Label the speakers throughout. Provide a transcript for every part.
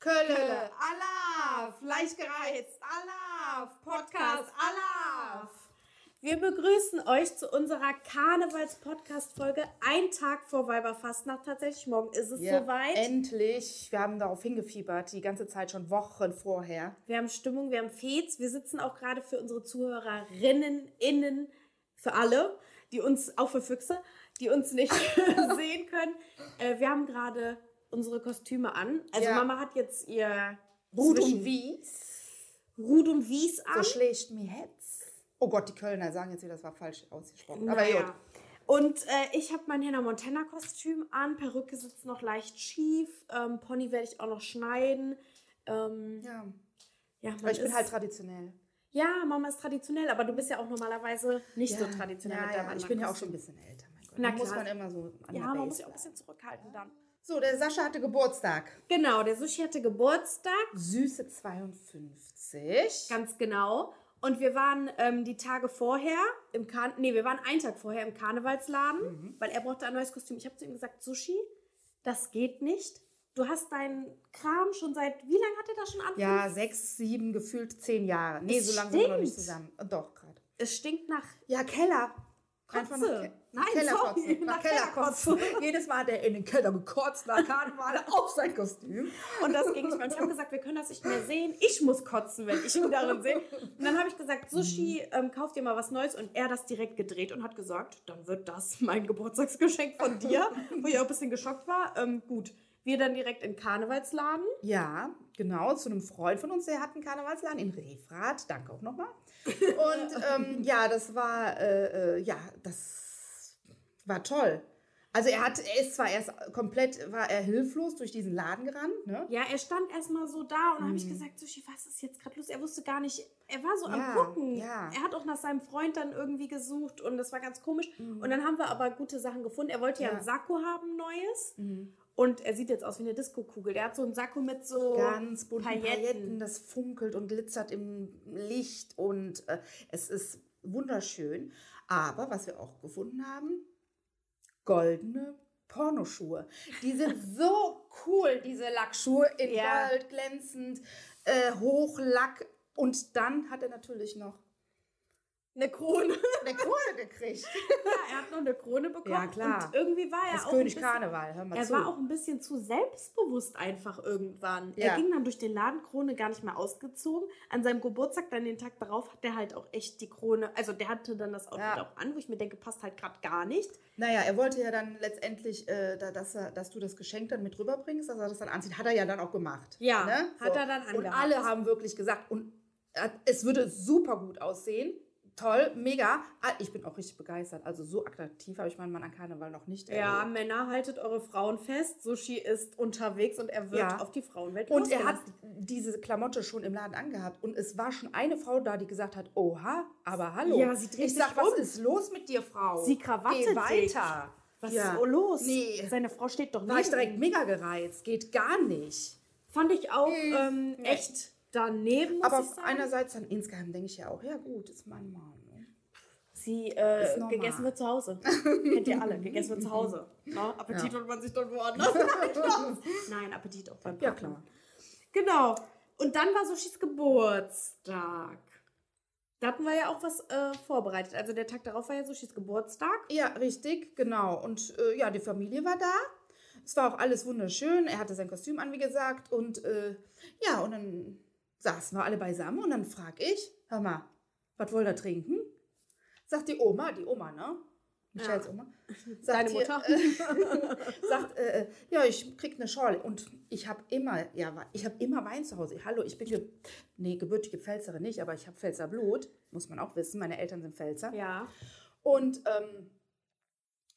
Speaker 1: Kölle, Alaf, leicht gereizt, Alaf, Podcast, Alaf.
Speaker 2: Wir begrüßen euch zu unserer Karnevals-Podcast-Folge, ein Tag vor Weiberfastnacht. Tatsächlich, morgen ist es
Speaker 1: Ja,
Speaker 2: soweit.
Speaker 1: Endlich, wir haben darauf hingefiebert, die ganze Zeit schon Wochen vorher.
Speaker 2: wir haben Stimmung, wir haben Fets. Wir sitzen auch gerade für unsere Zuhörerinnen, innen, für alle, die uns, auch für Füchse, die uns nicht sehen können. Äh, wir haben gerade unsere Kostüme an. Also
Speaker 1: Ja.
Speaker 2: Mama hat jetzt ihr
Speaker 1: Rud
Speaker 2: zwischen-
Speaker 1: und Wies.
Speaker 2: Rud und Wies
Speaker 1: So
Speaker 2: an.
Speaker 1: schlägt mir Hetz. Oh Gott, die Kölner sagen jetzt wieder, das war falsch ausgesprochen.
Speaker 2: Naja.
Speaker 1: Aber gut.
Speaker 2: Und äh, ich habe mein Hannah Montana Kostüm an, Perücke sitzt noch leicht schief, ähm, Pony werde ich auch noch schneiden. Ähm,
Speaker 1: Ja.
Speaker 2: ja, man
Speaker 1: Aber ich bin
Speaker 2: ist-
Speaker 1: halt traditionell.
Speaker 2: ja, Mama ist traditionell, aber du bist ja auch normalerweise nicht so
Speaker 1: Ja,
Speaker 2: traditionell
Speaker 1: ja,
Speaker 2: mit
Speaker 1: ja,
Speaker 2: deinem
Speaker 1: Ich
Speaker 2: anderen
Speaker 1: bin ja auch schon
Speaker 2: Kostüm.
Speaker 1: ein bisschen älter, mein Gott.
Speaker 2: Na
Speaker 1: Da muss
Speaker 2: klar.
Speaker 1: man immer so an der
Speaker 2: Ja, man
Speaker 1: Base
Speaker 2: muss ja auch
Speaker 1: bleiben.
Speaker 2: ein bisschen zurückhalten dann.
Speaker 1: So, der Sascha hatte Geburtstag.
Speaker 2: Genau, der Sushi hatte Geburtstag,
Speaker 1: Süße 52.
Speaker 2: ganz genau. Und wir waren ähm, die Tage vorher im Karneval, nee, wir waren einen Tag vorher im Karnevalsladen, weil er brauchte ein neues Kostüm. Ich habe zu ihm gesagt, Sushi, das geht nicht. Du hast deinen Kram schon seit, wie lange hat er das schon an?
Speaker 1: Ja, sechs, sieben, gefühlt zehn Jahre. Nee, so lange sind wir noch nicht
Speaker 2: stinkt.
Speaker 1: zusammen. Äh, Doch, gerade.
Speaker 2: Es stinkt nach
Speaker 1: Ja, Keller. Einfach nach
Speaker 2: Kotze.
Speaker 1: Ke-
Speaker 2: Nein,
Speaker 1: Kellerkotze.
Speaker 2: sorry,
Speaker 1: Nach
Speaker 2: nach
Speaker 1: Kellerkotze.
Speaker 2: Kellerkotze.
Speaker 1: Jedes Mal hat er in den Keller gekotzt, nach Karneval auf sein Kostüm.
Speaker 2: Und das ging nicht mehr. Und ich habe gesagt, wir können das nicht mehr sehen. Ich muss kotzen, wenn ich ihn darin sehe. Und dann habe ich gesagt, Sushi, ähm, kauf dir mal was Neues. Und er hat das direkt gedreht und hat gesagt, dann wird das mein Geburtstagsgeschenk von dir. Wo ich auch ein bisschen geschockt war. Ähm, gut, wir dann direkt in den Karnevalsladen.
Speaker 1: Ja, genau, zu einem Freund von uns, der hat einen Karnevalsladen in Refrath. Danke auch nochmal. Und ähm, ja, das war, äh, äh, ja, das war toll. Also er hat, er ist zwar erst komplett, war er hilflos durch diesen Laden gerannt, ne?
Speaker 2: Ja, er stand erstmal so da und dann
Speaker 1: Mhm.
Speaker 2: habe ich gesagt, Sushi, was ist jetzt gerade los? Er wusste gar nicht, er war so
Speaker 1: Ja,
Speaker 2: am Gucken.
Speaker 1: ja.
Speaker 2: Er hat auch nach seinem Freund dann irgendwie gesucht und das war ganz komisch. Und dann haben wir aber gute Sachen gefunden. Er wollte ja,
Speaker 1: Mhm. Ja. Mhm.
Speaker 2: ein Sakko haben, neues. Und er sieht jetzt aus wie eine Diskokugel. Er hat so einen Sakko mit so
Speaker 1: ganz bunten Pailletten.
Speaker 2: Oh, Pailletten.
Speaker 1: das funkelt und glitzert im Licht und äh, es ist wunderschön. Aber was wir auch gefunden haben, goldene Pornoschuhe. Die sind so cool, diese Lackschuhe in
Speaker 2: Ja.
Speaker 1: Gold, glänzend, äh, Hochlack. Und dann hat er natürlich noch
Speaker 2: Eine Krone.
Speaker 1: eine Krone gekriegt.
Speaker 2: er hat noch eine Krone bekommen.
Speaker 1: Ja, klar.
Speaker 2: Und irgendwie war er
Speaker 1: Das
Speaker 2: auch
Speaker 1: König
Speaker 2: ein bisschen,
Speaker 1: Karneval, hör mal
Speaker 2: Er
Speaker 1: zu.
Speaker 2: war auch ein bisschen zu selbstbewusst einfach irgendwann.
Speaker 1: Ja.
Speaker 2: Er ging dann durch den Laden, Krone gar nicht mehr ausgezogen. An seinem Geburtstag, dann den Tag darauf, hat der halt auch echt die Krone, also der hatte dann das Outfit
Speaker 1: Ja.
Speaker 2: auch an, wo ich mir denke, passt halt gerade gar nicht.
Speaker 1: Naja, er wollte ja dann letztendlich, äh, da, dass, er, dass du das Geschenk dann mit rüberbringst, dass er das dann anzieht. Hat er ja dann auch gemacht.
Speaker 2: Ja, hat er dann
Speaker 1: Ne? Und
Speaker 2: angehabt.
Speaker 1: alle haben wirklich gesagt, und äh, es würde super gut aussehen. Toll, mega. Ah, Ich bin auch richtig begeistert. Also so attraktiv habe ich meinen Mann an Karneval noch nicht erlebt.
Speaker 2: Männer, haltet eure Frauen fest. Sushi ist unterwegs und er
Speaker 1: wird auf die
Speaker 2: Frauenwelt
Speaker 1: Und er hat diese Klamotte schon im Laden angehabt. Und es war schon eine Frau da, die gesagt hat, oha, aber hallo.
Speaker 2: Ja, sie dreht
Speaker 1: ich sag,
Speaker 2: sich
Speaker 1: was
Speaker 2: um.
Speaker 1: ist los mit dir, Frau?
Speaker 2: Sie krawattet
Speaker 1: Geh
Speaker 2: sich.
Speaker 1: weiter.
Speaker 2: Was
Speaker 1: Ja.
Speaker 2: ist oh, los?
Speaker 1: Nee.
Speaker 2: Seine Frau steht doch
Speaker 1: War ich
Speaker 2: nicht.
Speaker 1: direkt mega gereizt. Geht gar nicht.
Speaker 2: Fand ich auch ähm,
Speaker 1: nee.
Speaker 2: echt daneben, muss
Speaker 1: Aber
Speaker 2: ich sagen.
Speaker 1: einerseits dann insgeheim denke ich ja auch, ja gut, ist mein Mann. ne?
Speaker 2: Sie
Speaker 1: Ist
Speaker 2: äh,
Speaker 1: normal.
Speaker 2: gegessen wird zu Hause. Kennt ihr alle, gegessen wird zu Hause. Ne? Appetit holt man sich dann woanders. Nein, Nein, Appetit auch beim
Speaker 1: Ja,
Speaker 2: Partner.
Speaker 1: klar.
Speaker 2: Genau. Und dann war Sushis Geburtstag. Da hatten wir ja auch was äh, vorbereitet. Also der Tag darauf war ja Sushis Geburtstag.
Speaker 1: Ja, richtig, genau. Und äh, ja, die Familie war da. Es war auch alles wunderschön. Er hatte sein Kostüm an, wie gesagt. Und äh, ja, und dann saßen wir alle beisammen und dann frag ich, hör mal, was wollt ihr trinken? Sagt die Oma, die Oma, ne? Michels Oma. Sagt
Speaker 2: Deine
Speaker 1: die,
Speaker 2: Mutter.
Speaker 1: sagt, äh, äh, ja, ich krieg eine Schorle. Und ich habe immer, ja, wa- ich habe immer Wein zu Hause. Hallo, ich bin, ge nee, gebürtige Pfälzerin nicht, aber ich habe Pfälzer Blut. Muss man auch wissen, meine Eltern sind Pfälzer.
Speaker 2: ja.
Speaker 1: Und ähm,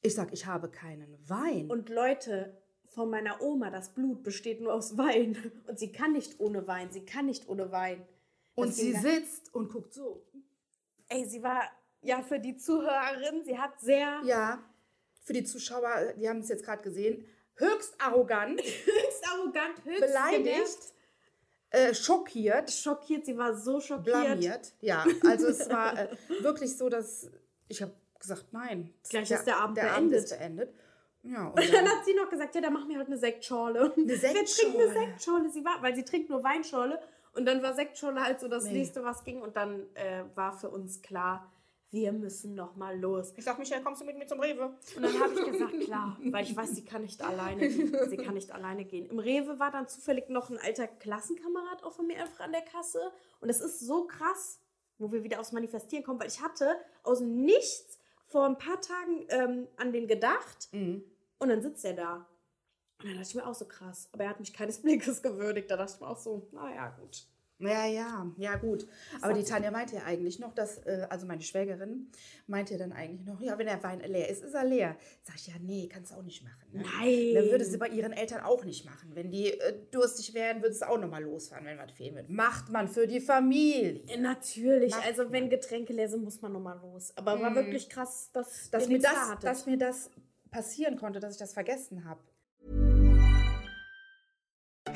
Speaker 1: ich sag, ich habe keinen Wein.
Speaker 2: Und Leute, von meiner Oma, das Blut besteht nur aus Wein. Und sie kann nicht ohne Wein. Sie kann nicht ohne Wein.
Speaker 1: Und
Speaker 2: Das ging
Speaker 1: sie
Speaker 2: gar-
Speaker 1: sitzt und guckt so.
Speaker 2: Ey, sie war ja für die Zuhörerin, sie hat sehr
Speaker 1: Ja, für die Zuschauer, die haben es jetzt gerade gesehen, höchst arrogant,
Speaker 2: höchst arrogant, höchst genervt,
Speaker 1: beleidigt, äh, schockiert,
Speaker 2: schockiert. Sie war so schockiert.
Speaker 1: blamiert. Ja, also es war äh, wirklich so, dass ich habe gesagt, nein.
Speaker 2: Gleich
Speaker 1: Der-
Speaker 2: ist der Abend
Speaker 1: der Abend ist
Speaker 2: beendet.
Speaker 1: beendet. Ja,
Speaker 2: Und dann hat sie noch gesagt, ja, dann mach mir halt eine Sektschorle. Und
Speaker 1: Eine
Speaker 2: Wer trinkt eine
Speaker 1: Sektschorle.
Speaker 2: Sektschorle? Sie war, weil sie trinkt nur Weinschorle. Und dann war Sektschorle halt so das
Speaker 1: Nee.
Speaker 2: nächste, was ging. Und dann äh, war für uns klar, wir müssen noch mal los.
Speaker 1: Ich sag, Michael, kommst du mit mir zum Rewe?
Speaker 2: Und dann habe ich gesagt, klar, weil ich weiß, sie kann nicht alleine, sie kann nicht alleine gehen. Im Rewe war dann zufällig noch ein alter Klassenkamerad auch von mir einfach an der Kasse. Und das ist so krass, wo wir wieder aufs Manifestieren kommen, weil ich hatte aus dem Nichts vor ein paar Tagen ähm, an den gedacht
Speaker 1: Mhm.
Speaker 2: und dann sitzt er da. Und dann dachte ich mir auch so krass. Aber er hat mich keines Blickes gewürdigt. Da dachte ich mir auch so, naja, gut.
Speaker 1: Ja, ja, ja, gut. Aber die Tanja meinte ja eigentlich noch, dass, äh, also meine Schwägerin meinte ja dann eigentlich noch, ja, wenn der Wein leer ist, ist er leer. Sag ich, ja, nee, kannst du auch nicht machen. Ne?
Speaker 2: Nein.
Speaker 1: Dann würde sie bei ihren Eltern auch nicht machen. Wenn die äh, durstig wären, würde es auch nochmal losfahren, wenn was fehlen wird. Macht man für die Familie.
Speaker 2: Äh, Natürlich,
Speaker 1: Macht
Speaker 2: also wenn Getränke leer sind, muss man nochmal los. Aber war wirklich krass, Mhm. dass,
Speaker 1: Dass
Speaker 2: ihr
Speaker 1: mir,
Speaker 2: nichts
Speaker 1: das,
Speaker 2: hattet.
Speaker 1: dass mir das passieren konnte, dass ich das vergessen habe.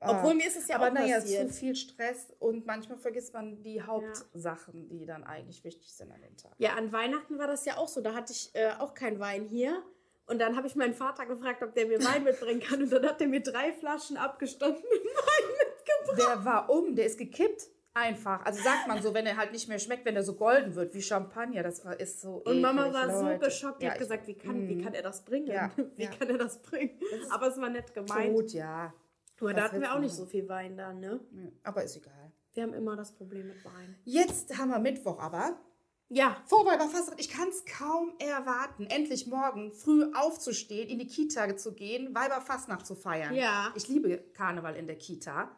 Speaker 2: Obwohl mir ist es Ah. ja
Speaker 1: Aber
Speaker 2: auch
Speaker 1: naja,
Speaker 2: passiert.
Speaker 1: zu viel Stress und manchmal vergisst man die Hauptsachen, die dann eigentlich wichtig sind an dem Tag.
Speaker 2: Ja, an Weihnachten war das ja auch so. Da hatte ich äh, auch keinen Wein hier. Und dann habe ich meinen Vater gefragt, ob der mir Wein mitbringen kann. Und dann hat er mir drei Flaschen abgestandenen Wein mitgebracht.
Speaker 1: Der war um, der ist gekippt. Einfach. Also sagt man so, wenn er halt nicht mehr schmeckt, wenn er so golden wird wie Champagner. Das war, ist so.
Speaker 2: Und Mama
Speaker 1: eklig,
Speaker 2: war so
Speaker 1: Leute.
Speaker 2: geschockt, die
Speaker 1: Ja,
Speaker 2: hat
Speaker 1: ich-
Speaker 2: gesagt, wie kann, wie kann er das bringen?
Speaker 1: Ja,
Speaker 2: Wie
Speaker 1: ja.
Speaker 2: kann er hm. das bringen? Aber es war nett gemeint.
Speaker 1: Gut, ja.
Speaker 2: Nur da
Speaker 1: Was
Speaker 2: hatten
Speaker 1: willst
Speaker 2: wir auch
Speaker 1: du
Speaker 2: nicht so viel Wein da, ne?
Speaker 1: machen? Aber ist egal.
Speaker 2: Wir haben immer das Problem mit Wein.
Speaker 1: Jetzt haben wir Mittwoch aber.
Speaker 2: Ja,
Speaker 1: Vorweiberfastnacht, ich kann es kaum erwarten, endlich morgen früh aufzustehen, in die Kita zu gehen, Weiberfastnacht zu feiern.
Speaker 2: Ja.
Speaker 1: Ich liebe Karneval in der Kita.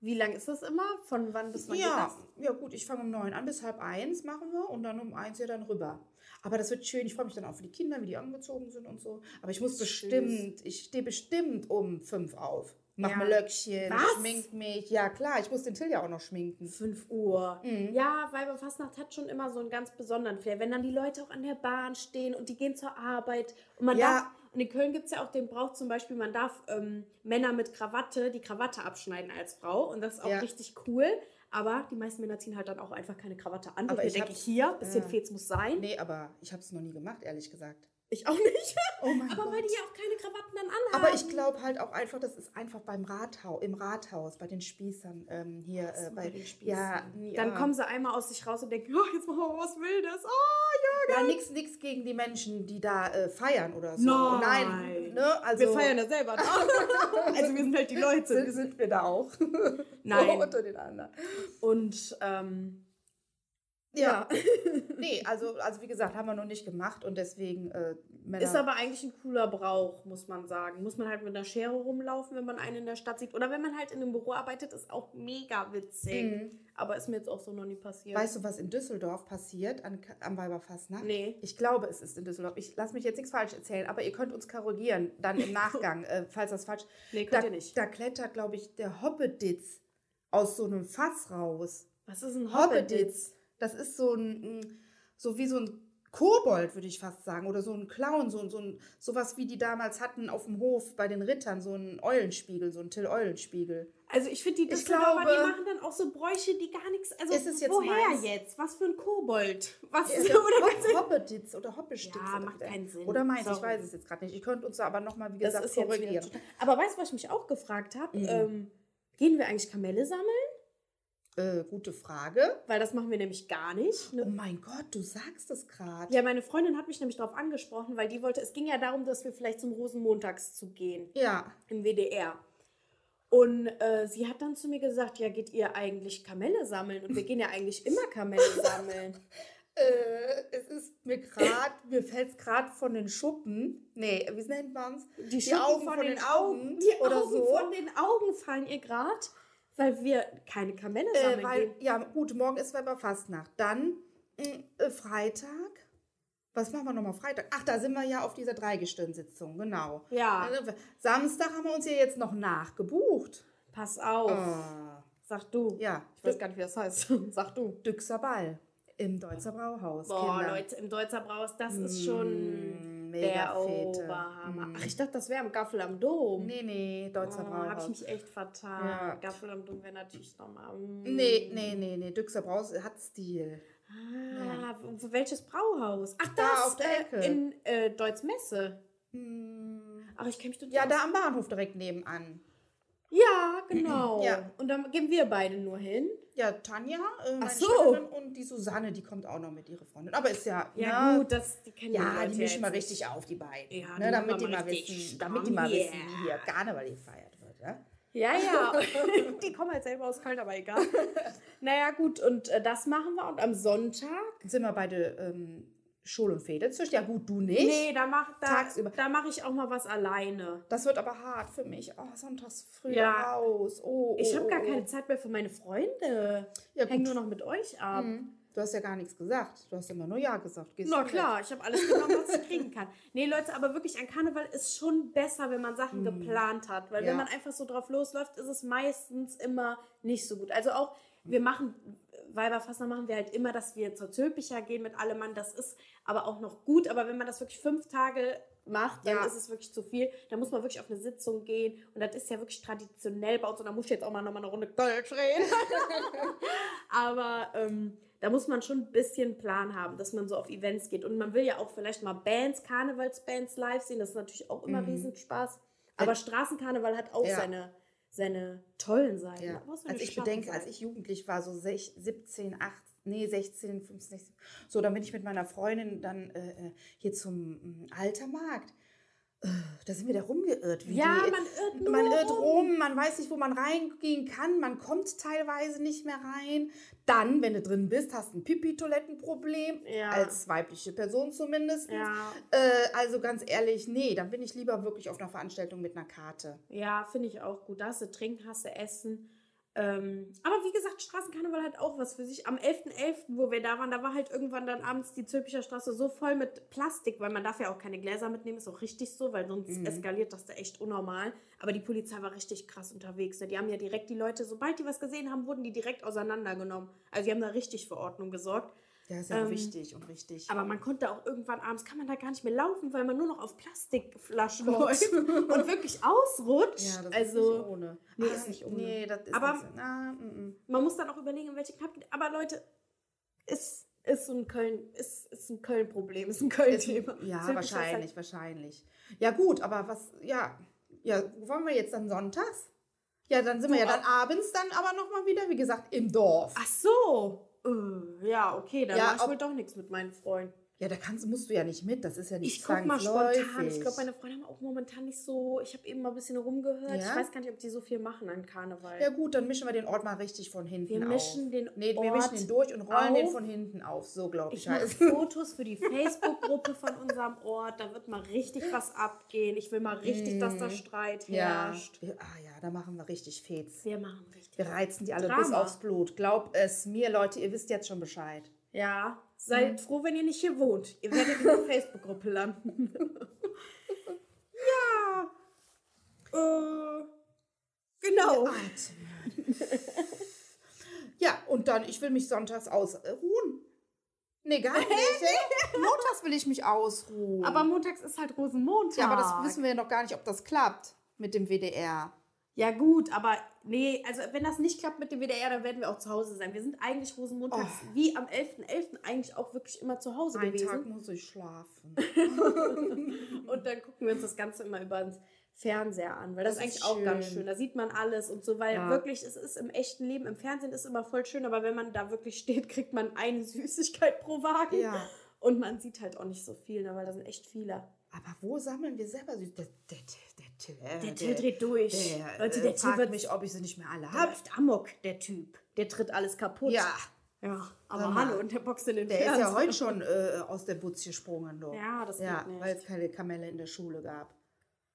Speaker 2: wie lang ist das immer? Von wann bis wann
Speaker 1: Ja,
Speaker 2: geht das?
Speaker 1: ja gut, ich fange um neun an, bis halb eins machen wir und dann um eins ja dann rüber. Aber das wird schön, ich freue mich dann auch für die Kinder, wie die angezogen sind und so. Aber ich muss bestimmt, ich stehe bestimmt um fünf auf. Mach
Speaker 2: Ja.
Speaker 1: mir Löckchen,
Speaker 2: Was?
Speaker 1: schmink mich. Ja klar, ich muss den Till ja auch noch schminken.
Speaker 2: 5 Uhr.
Speaker 1: Mhm.
Speaker 2: Ja, Weiberfastnacht hat schon immer so einen ganz besonderen Flair. Wenn dann die Leute auch an der Bahn stehen und die gehen zur Arbeit und man
Speaker 1: Ja.
Speaker 2: darf. Und in Köln gibt es ja auch den Brauch zum Beispiel, man darf ähm, Männer mit Krawatte die Krawatte abschneiden als Frau. Und das ist auch
Speaker 1: Ja.
Speaker 2: richtig cool. Aber die meisten Männer ziehen halt dann auch einfach keine Krawatte an.
Speaker 1: Aber
Speaker 2: Aber ich
Speaker 1: ich
Speaker 2: denke,
Speaker 1: hab's-
Speaker 2: hier, bisschen Fez muss sein.
Speaker 1: Nee, aber ich habe es noch nie gemacht, ehrlich gesagt.
Speaker 2: Ich auch nicht.
Speaker 1: Oh mein
Speaker 2: aber weil
Speaker 1: Gott.
Speaker 2: die ja auch keine Krawatten dann anhaben.
Speaker 1: Aber ich glaube halt auch einfach, das ist einfach beim Rathaus, im Rathaus, bei den Spießern ähm, hier. Äh, bei
Speaker 2: den Spießern.
Speaker 1: ja, nee,
Speaker 2: Dann
Speaker 1: ja.
Speaker 2: kommen sie einmal aus sich raus und denken, oh, jetzt machen wir was Wildes. Oh,
Speaker 1: Ja,
Speaker 2: ja, geil.
Speaker 1: nix, nix gegen die Menschen, die da äh, feiern oder so.
Speaker 2: Nein.
Speaker 1: Nein. Ne? Also,
Speaker 2: wir feiern ja selber. also wir sind halt die Leute.
Speaker 1: Sind, sind wir da auch.
Speaker 2: Nein.
Speaker 1: Unter den anderen.
Speaker 2: Und ähm,
Speaker 1: Ja. nee, also, also wie gesagt, haben wir noch nicht gemacht und deswegen äh, Männer.
Speaker 2: ist aber eigentlich ein cooler Brauch, muss man sagen. Muss man halt mit einer Schere rumlaufen, wenn man einen in der Stadt sieht. Oder wenn man halt in einem Büro arbeitet, ist auch mega witzig. Aber ist mir jetzt auch so noch nie passiert.
Speaker 1: Mm. Mhm. Weißt du, was in Düsseldorf passiert an, Ka- am Weiberfassnacht?
Speaker 2: Nee.
Speaker 1: Ich glaube, es ist in Düsseldorf. Ich lasse mich jetzt nichts falsch erzählen, aber ihr könnt uns korrigieren, dann im Nachgang, äh, falls das falsch
Speaker 2: Nee, könnt
Speaker 1: da,
Speaker 2: ihr nicht.
Speaker 1: Da klettert, glaube ich, der Hoppeditz aus so einem Fass raus.
Speaker 2: was ist ein Hoppeditz?
Speaker 1: Hoppeditz. Das ist so ein, ein- so wie so ein Kobold, würde ich fast sagen, oder so ein Clown, so, ein- so ein, sowas wie die damals hatten auf dem Hof bei den Rittern, so ein Eulenspiegel, so ein Till-Eulenspiegel.
Speaker 2: Also ich finde, die
Speaker 1: Ich
Speaker 2: Düsseldorfer,
Speaker 1: glaube-
Speaker 2: die machen dann auch so Bräuche, die gar nichts... Also
Speaker 1: Ist es jetzt
Speaker 2: woher
Speaker 1: meins?
Speaker 2: jetzt? Was für ein Kobold? Was
Speaker 1: Ist
Speaker 2: oder ganz
Speaker 1: Hop- Hoppeditz oder Hoppestitz.
Speaker 2: Ja,
Speaker 1: oder-
Speaker 2: macht keinen Sinn.
Speaker 1: Oder meins, ich
Speaker 2: Sorry.
Speaker 1: weiß es jetzt gerade nicht. Ihr könnt uns da aber nochmal, wie
Speaker 2: Das
Speaker 1: gesagt,
Speaker 2: ist jetzt wieder
Speaker 1: korrigieren. Mhm.
Speaker 2: total. Aber weißt du, was ich mich auch gefragt habe? Ähm, gehen wir eigentlich Kamelle sammeln?
Speaker 1: Äh, gute Frage.
Speaker 2: Weil das machen wir nämlich gar nicht.
Speaker 1: Oh
Speaker 2: Ne?
Speaker 1: mein Gott, du sagst es gerade.
Speaker 2: Ja, meine Freundin hat mich nämlich darauf angesprochen, weil die wollte, es ging ja darum, dass wir vielleicht zum Rosenmontags zu gehen
Speaker 1: ja.
Speaker 2: im WDR. Und äh, sie hat dann zu mir gesagt, ja, geht ihr eigentlich Kamelle sammeln? Und wir gehen ja eigentlich immer Kamelle sammeln.
Speaker 1: Äh, es ist mir gerade, mir fällt es gerade von den Schuppen. Nee, wie nennt man es?
Speaker 2: Die, Schuppen
Speaker 1: Augen von den Augen
Speaker 2: Die
Speaker 1: oder
Speaker 2: Augen
Speaker 1: so.
Speaker 2: von den Augen fallen ihr gerade, weil wir keine Kamelle sammeln
Speaker 1: Äh, weil,
Speaker 2: gehen.
Speaker 1: ja, gut, morgen ist Weiberfastnacht. Dann mh, äh, mm, Freitag. was machen wir nochmal Freitag? Ach, da sind wir ja auf dieser Dreigestirn-Sitzung, genau.
Speaker 2: Ja.
Speaker 1: Samstag haben wir uns ja jetzt noch nachgebucht.
Speaker 2: Pass auf. Oh. Sag du.
Speaker 1: Ja.
Speaker 2: Ich weiß gar nicht, wie das heißt. Sag du.
Speaker 1: Düxer Ball im Deutzer Brauhaus.
Speaker 2: Boah,
Speaker 1: Kinder.
Speaker 2: Leute, im Deutzer Braus, das ist schon
Speaker 1: mega
Speaker 2: der
Speaker 1: Fete.
Speaker 2: Oberhammer. Ach, ich dachte, das wäre am Gaffel am Dom.
Speaker 1: Nee, nee, Deutzer
Speaker 2: Oh,
Speaker 1: Brauhaus.
Speaker 2: habe ich mich echt vertan.
Speaker 1: Ja.
Speaker 2: Gaffel am Dom wäre natürlich mm. nochmal.
Speaker 1: nee, nee, nee, nee, Düxer Brauhaus hat Stil.
Speaker 2: Ah, w- welches Brauhaus? Ach, das
Speaker 1: Da auf der
Speaker 2: äh,
Speaker 1: Ecke. Hm.
Speaker 2: in äh, Deutzmesse. Ach, ich kenne mich total.
Speaker 1: Ja,
Speaker 2: aus.
Speaker 1: da am Bahnhof direkt nebenan.
Speaker 2: ja, genau.
Speaker 1: Ja.
Speaker 2: Und dann gehen wir beide nur hin.
Speaker 1: Ja, Tanja, äh, meine
Speaker 2: Ach so.
Speaker 1: Schwägerin und die Susanne, die kommt auch noch mit ihrer Freundin. Aber ist ja,
Speaker 2: Ja,
Speaker 1: ne?
Speaker 2: gut, das die kennen
Speaker 1: Ja,
Speaker 2: die, Leute
Speaker 1: die mischen
Speaker 2: jetzt
Speaker 1: mal
Speaker 2: nicht.
Speaker 1: richtig auf, die beiden.
Speaker 2: Ja, die
Speaker 1: ne, damit,
Speaker 2: machen
Speaker 1: die
Speaker 2: mal
Speaker 1: mal
Speaker 2: richtig
Speaker 1: wissen,
Speaker 2: stramm
Speaker 1: damit die mal
Speaker 2: hier.
Speaker 1: wissen, wie hier Karneval gefeiert wird. Ne?
Speaker 2: Ja, ja. die kommen halt selber aus Köln, aber egal. naja, gut, und äh, das machen wir. Und am Sonntag?
Speaker 1: Sind wir beide ähm, Schul- und Fädelzücht? Ja, gut, du nicht.
Speaker 2: Nee, da mache da,
Speaker 1: Tagsüber.
Speaker 2: da mach ich auch mal was alleine.
Speaker 1: Das wird aber hart für mich. Oh, sonntags früh
Speaker 2: Ja.
Speaker 1: raus. Oh, oh,
Speaker 2: Ich habe
Speaker 1: oh,
Speaker 2: gar
Speaker 1: oh.
Speaker 2: keine Zeit mehr für meine Freunde.
Speaker 1: Ja,
Speaker 2: Häng
Speaker 1: gut. Hm,
Speaker 2: nur noch mit euch ab.
Speaker 1: Du hast ja gar nichts gesagt. Du hast immer nur Ja gesagt. Gehst
Speaker 2: Na
Speaker 1: du
Speaker 2: klar, ich habe alles genommen, was ich kriegen kann. Nee, Leute, aber wirklich, ein Karneval ist schon besser, wenn man Sachen geplant hat. Weil
Speaker 1: Hm. Ja.
Speaker 2: wenn man einfach so drauf losläuft, ist es meistens immer nicht so gut. Also auch, wir machen, Weiberfassner machen wir halt immer, dass wir zur Zülpicher gehen mit allem Mann. Das ist aber auch noch gut. Aber wenn man das wirklich fünf Tage macht, dann
Speaker 1: Ja.
Speaker 2: ist es wirklich zu viel. Da muss man wirklich auf eine Sitzung gehen. Und das ist ja wirklich traditionell bei uns. Und da muss ich jetzt auch mal nochmal eine Runde Kölsch reden. Aber ähm, da muss man schon ein bisschen Plan haben, dass man so auf Events geht. Und man will ja auch vielleicht mal Bands, Karnevalsbands live sehen. Das ist natürlich auch immer Riesenspaß. Aber Straßenkarneval hat auch
Speaker 1: Mhm. Äh, Ja.
Speaker 2: seine, seine tollen Seiten.
Speaker 1: Ja.
Speaker 2: aber auch seine
Speaker 1: Als ich
Speaker 2: starken
Speaker 1: bedenke, als
Speaker 2: Seiten.
Speaker 1: ich jugendlich war, so sech, 17, 18, nee, 16, 15, 16, so, dann bin ich mit meiner Freundin dann äh, äh, hier zum äh, Altermarkt. Äh, Da sind wir da rumgeirrt. wie
Speaker 2: Ja,
Speaker 1: die-
Speaker 2: man irrt nur
Speaker 1: Man irrt
Speaker 2: rum.
Speaker 1: rum, man weiß nicht, wo man reingehen kann, man kommt teilweise nicht mehr rein. Dann, wenn du drin bist, hast ein Pipi-Toilettenproblem,
Speaker 2: Ja.
Speaker 1: als weibliche Person zumindest.
Speaker 2: Ja.
Speaker 1: Äh, also ganz ehrlich, nee, dann bin ich lieber wirklich auf einer Veranstaltung mit einer Karte.
Speaker 2: Ja, finde ich auch gut. Da hast du Trinken, hast du Essen. Ähm, aber wie gesagt, Straßenkarneval hat auch was für sich. Am 11.11., wo wir da waren, da war halt irgendwann dann abends die Zülpicher Straße so voll mit Plastik, weil man darf ja auch keine Gläser mitnehmen, ist auch richtig so, weil sonst
Speaker 1: Mhm.
Speaker 2: eskaliert das da echt unnormal. Aber die Polizei war richtig krass unterwegs. Ne? Die haben ja direkt die Leute, sobald die was gesehen haben, wurden die direkt auseinandergenommen. Also die haben da richtig für Ordnung gesorgt.
Speaker 1: Ja, ist
Speaker 2: Ähm,
Speaker 1: ja auch wichtig und richtig.
Speaker 2: Aber man konnte auch irgendwann abends, kann man da gar nicht mehr laufen, weil man nur noch auf Plastikflaschen läuft und wirklich ausrutscht.
Speaker 1: Ja, das
Speaker 2: also,
Speaker 1: ist nicht ohne.
Speaker 2: Nee,
Speaker 1: Ah,
Speaker 2: ist nicht ohne.
Speaker 1: Nee, das ist
Speaker 2: Aber- ah,
Speaker 1: nicht so- na, mm, mm.
Speaker 2: man muss dann auch überlegen, in welche Kneipe. Aber Leute, ist, ist so ein Köln, ist, ist ein Köln-Problem, ist ein Köln-Thema.
Speaker 1: Ja,
Speaker 2: Zülpicher ist
Speaker 1: wahrscheinlich,
Speaker 2: Halt,
Speaker 1: wahrscheinlich. Ja, gut, aber was, ja, ja, wo wollen wir jetzt dann sonntags? Ja, dann sind wir ja dann abends dann aber nochmal wieder, wie gesagt, im Dorf.
Speaker 2: ach so. Äh, Ja, okay, dann
Speaker 1: Ja,
Speaker 2: mach ich
Speaker 1: ob-
Speaker 2: wohl doch nichts mit meinen Freunden.
Speaker 1: Ja, da kannst, musst du ja nicht mit, das ist ja nicht
Speaker 2: Ich guck mal
Speaker 1: zwangsläufig.
Speaker 2: spontan. Ich glaube, meine Freunde haben auch momentan nicht so. Ich habe eben mal ein bisschen rumgehört.
Speaker 1: Ja?
Speaker 2: Ich weiß gar nicht, ob die so viel machen an Karneval.
Speaker 1: Ja gut, dann mischen wir den Ort mal richtig von hinten
Speaker 2: Wir
Speaker 1: auf.
Speaker 2: mischen den
Speaker 1: nee, wir
Speaker 2: Ort
Speaker 1: mischen den durch und rollen den
Speaker 2: auf.
Speaker 1: von hinten auf. So glaube ich. halt.
Speaker 2: Ich mache
Speaker 1: heißt.
Speaker 2: Fotos für die Facebook-Gruppe von unserem Ort. Da wird mal richtig was abgehen. Ich will mal richtig, dass da Streit
Speaker 1: Mhm. ja.
Speaker 2: herrscht.
Speaker 1: Wir- Ah ja, da machen wir richtig Fetz.
Speaker 2: Wir machen richtig.
Speaker 1: Wir reizen die alle
Speaker 2: Drama.
Speaker 1: bis aufs Blut. Glaub es mir, Leute, ihr wisst jetzt schon Bescheid.
Speaker 2: Ja,
Speaker 1: Mhm.
Speaker 2: seid froh, wenn ihr nicht hier wohnt. Ihr werdet in der Facebook-Gruppe landen. ja. Äh, genau.
Speaker 1: Ja, und dann, ich will mich sonntags ausruhen. Nee, gar nicht. ey. Montags will ich mich ausruhen.
Speaker 2: Aber montags ist halt Rosenmontag.
Speaker 1: ja, aber das wissen wir ja noch gar nicht, ob das klappt mit dem WDR.
Speaker 2: Ja, gut, aber nee, also wenn das nicht klappt mit dem WDR, dann werden wir auch zu Hause sein. Wir sind eigentlich Rosenmontags wie am 11.11. eigentlich auch wirklich immer zu Hause
Speaker 1: Einen
Speaker 2: gewesen.
Speaker 1: Oh. Tag muss ich schlafen.
Speaker 2: Und dann gucken wir uns das Ganze immer über den Fernseher an, weil das,
Speaker 1: Das
Speaker 2: ist eigentlich
Speaker 1: ist
Speaker 2: auch ganz
Speaker 1: schön.
Speaker 2: schön. Da sieht man alles und so, weil wirklich, es ist im echten Leben, im Fernsehen ist immer voll schön, aber wenn man da wirklich steht, kriegt man eine Süßigkeit pro Wagen.
Speaker 1: Ja.
Speaker 2: Und man sieht halt auch nicht so viel, ne, weil da sind echt viele.
Speaker 1: Aber wo sammeln wir selber Süß? Der, der, der Till, äh,
Speaker 2: Der Till dreht durch.
Speaker 1: Der,
Speaker 2: Leute,
Speaker 1: äh,
Speaker 2: der Till
Speaker 1: fragt
Speaker 2: wird-
Speaker 1: mich, ob ich sie nicht mehr alle
Speaker 2: Der
Speaker 1: habe.
Speaker 2: läuft amok, der Typ. Der tritt alles kaputt.
Speaker 1: Ja.
Speaker 2: Ja,
Speaker 1: Sag
Speaker 2: aber
Speaker 1: mal,
Speaker 2: hallo, und der boxt in den
Speaker 1: Der ist
Speaker 2: Fernseher.
Speaker 1: ja heute schon äh, aus der Butz gesprungen. Du.
Speaker 2: Ja, das
Speaker 1: ja,
Speaker 2: geht nicht.
Speaker 1: Weil es keine Kamelle in der Schule gab.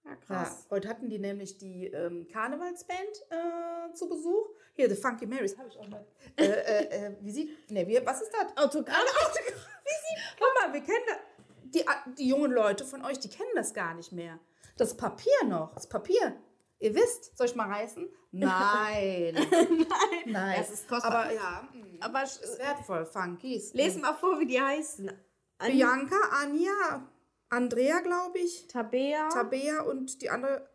Speaker 2: Ja,
Speaker 1: Ja,
Speaker 2: krass.
Speaker 1: heute hatten die nämlich die ähm, Karnevalsband äh, zu Besuch. Hier, The Funky Marys. Habe ich auch mal. äh, äh, äh, wie sieht. Ne, wie, was ist das? Autogramm. Autogramm. Wie sieht. Guck mal, wir kennen das. die, die jungen Leute von euch, die kennen das gar nicht mehr. Das Papier noch, das Papier. Ihr wisst, soll ich mal reißen? Nein.
Speaker 2: Nein.
Speaker 1: Nein.
Speaker 2: Das ist kostbar.
Speaker 1: Aber ja, mm,
Speaker 2: Aber
Speaker 1: ist wertvoll, Funkies.
Speaker 2: lesen mal vor, wie die heißen. An-
Speaker 1: Bianca, Anja, Andrea, glaube ich,
Speaker 2: Tabea.
Speaker 1: Tabea und die andere.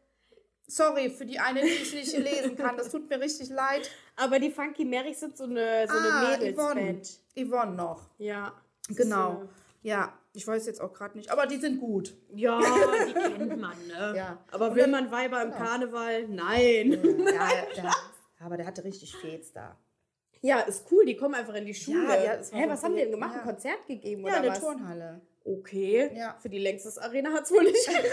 Speaker 1: Sorry für die eine, die ich nicht lesen kann. Das tut mir richtig leid. Ah,
Speaker 2: Aber die Funky Marys sind so eine, so eine
Speaker 1: Yvonne.
Speaker 2: Mädelsband.
Speaker 1: Yvonne noch.
Speaker 2: Ja.
Speaker 1: Genau. Ja, ich weiß jetzt auch gerade nicht, aber die sind gut.
Speaker 2: Ja, die kennt man, ne?
Speaker 1: Ja.
Speaker 2: Aber will man Weiber im Karneval? Nein.
Speaker 1: Ja, der, aber der hatte richtig Fets da.
Speaker 2: Ja, ist cool, die kommen einfach in die Schule.
Speaker 1: Ja, ja, das war
Speaker 2: Hä,
Speaker 1: so
Speaker 2: was haben die denn
Speaker 1: cool.
Speaker 2: gemacht?
Speaker 1: Ja.
Speaker 2: Ein Konzert gegeben
Speaker 1: Ja, in
Speaker 2: oder
Speaker 1: der
Speaker 2: was?
Speaker 1: Turnhalle.
Speaker 2: Okay,
Speaker 1: Ja.
Speaker 2: für die Längstes Arena hat es wohl nicht gereicht.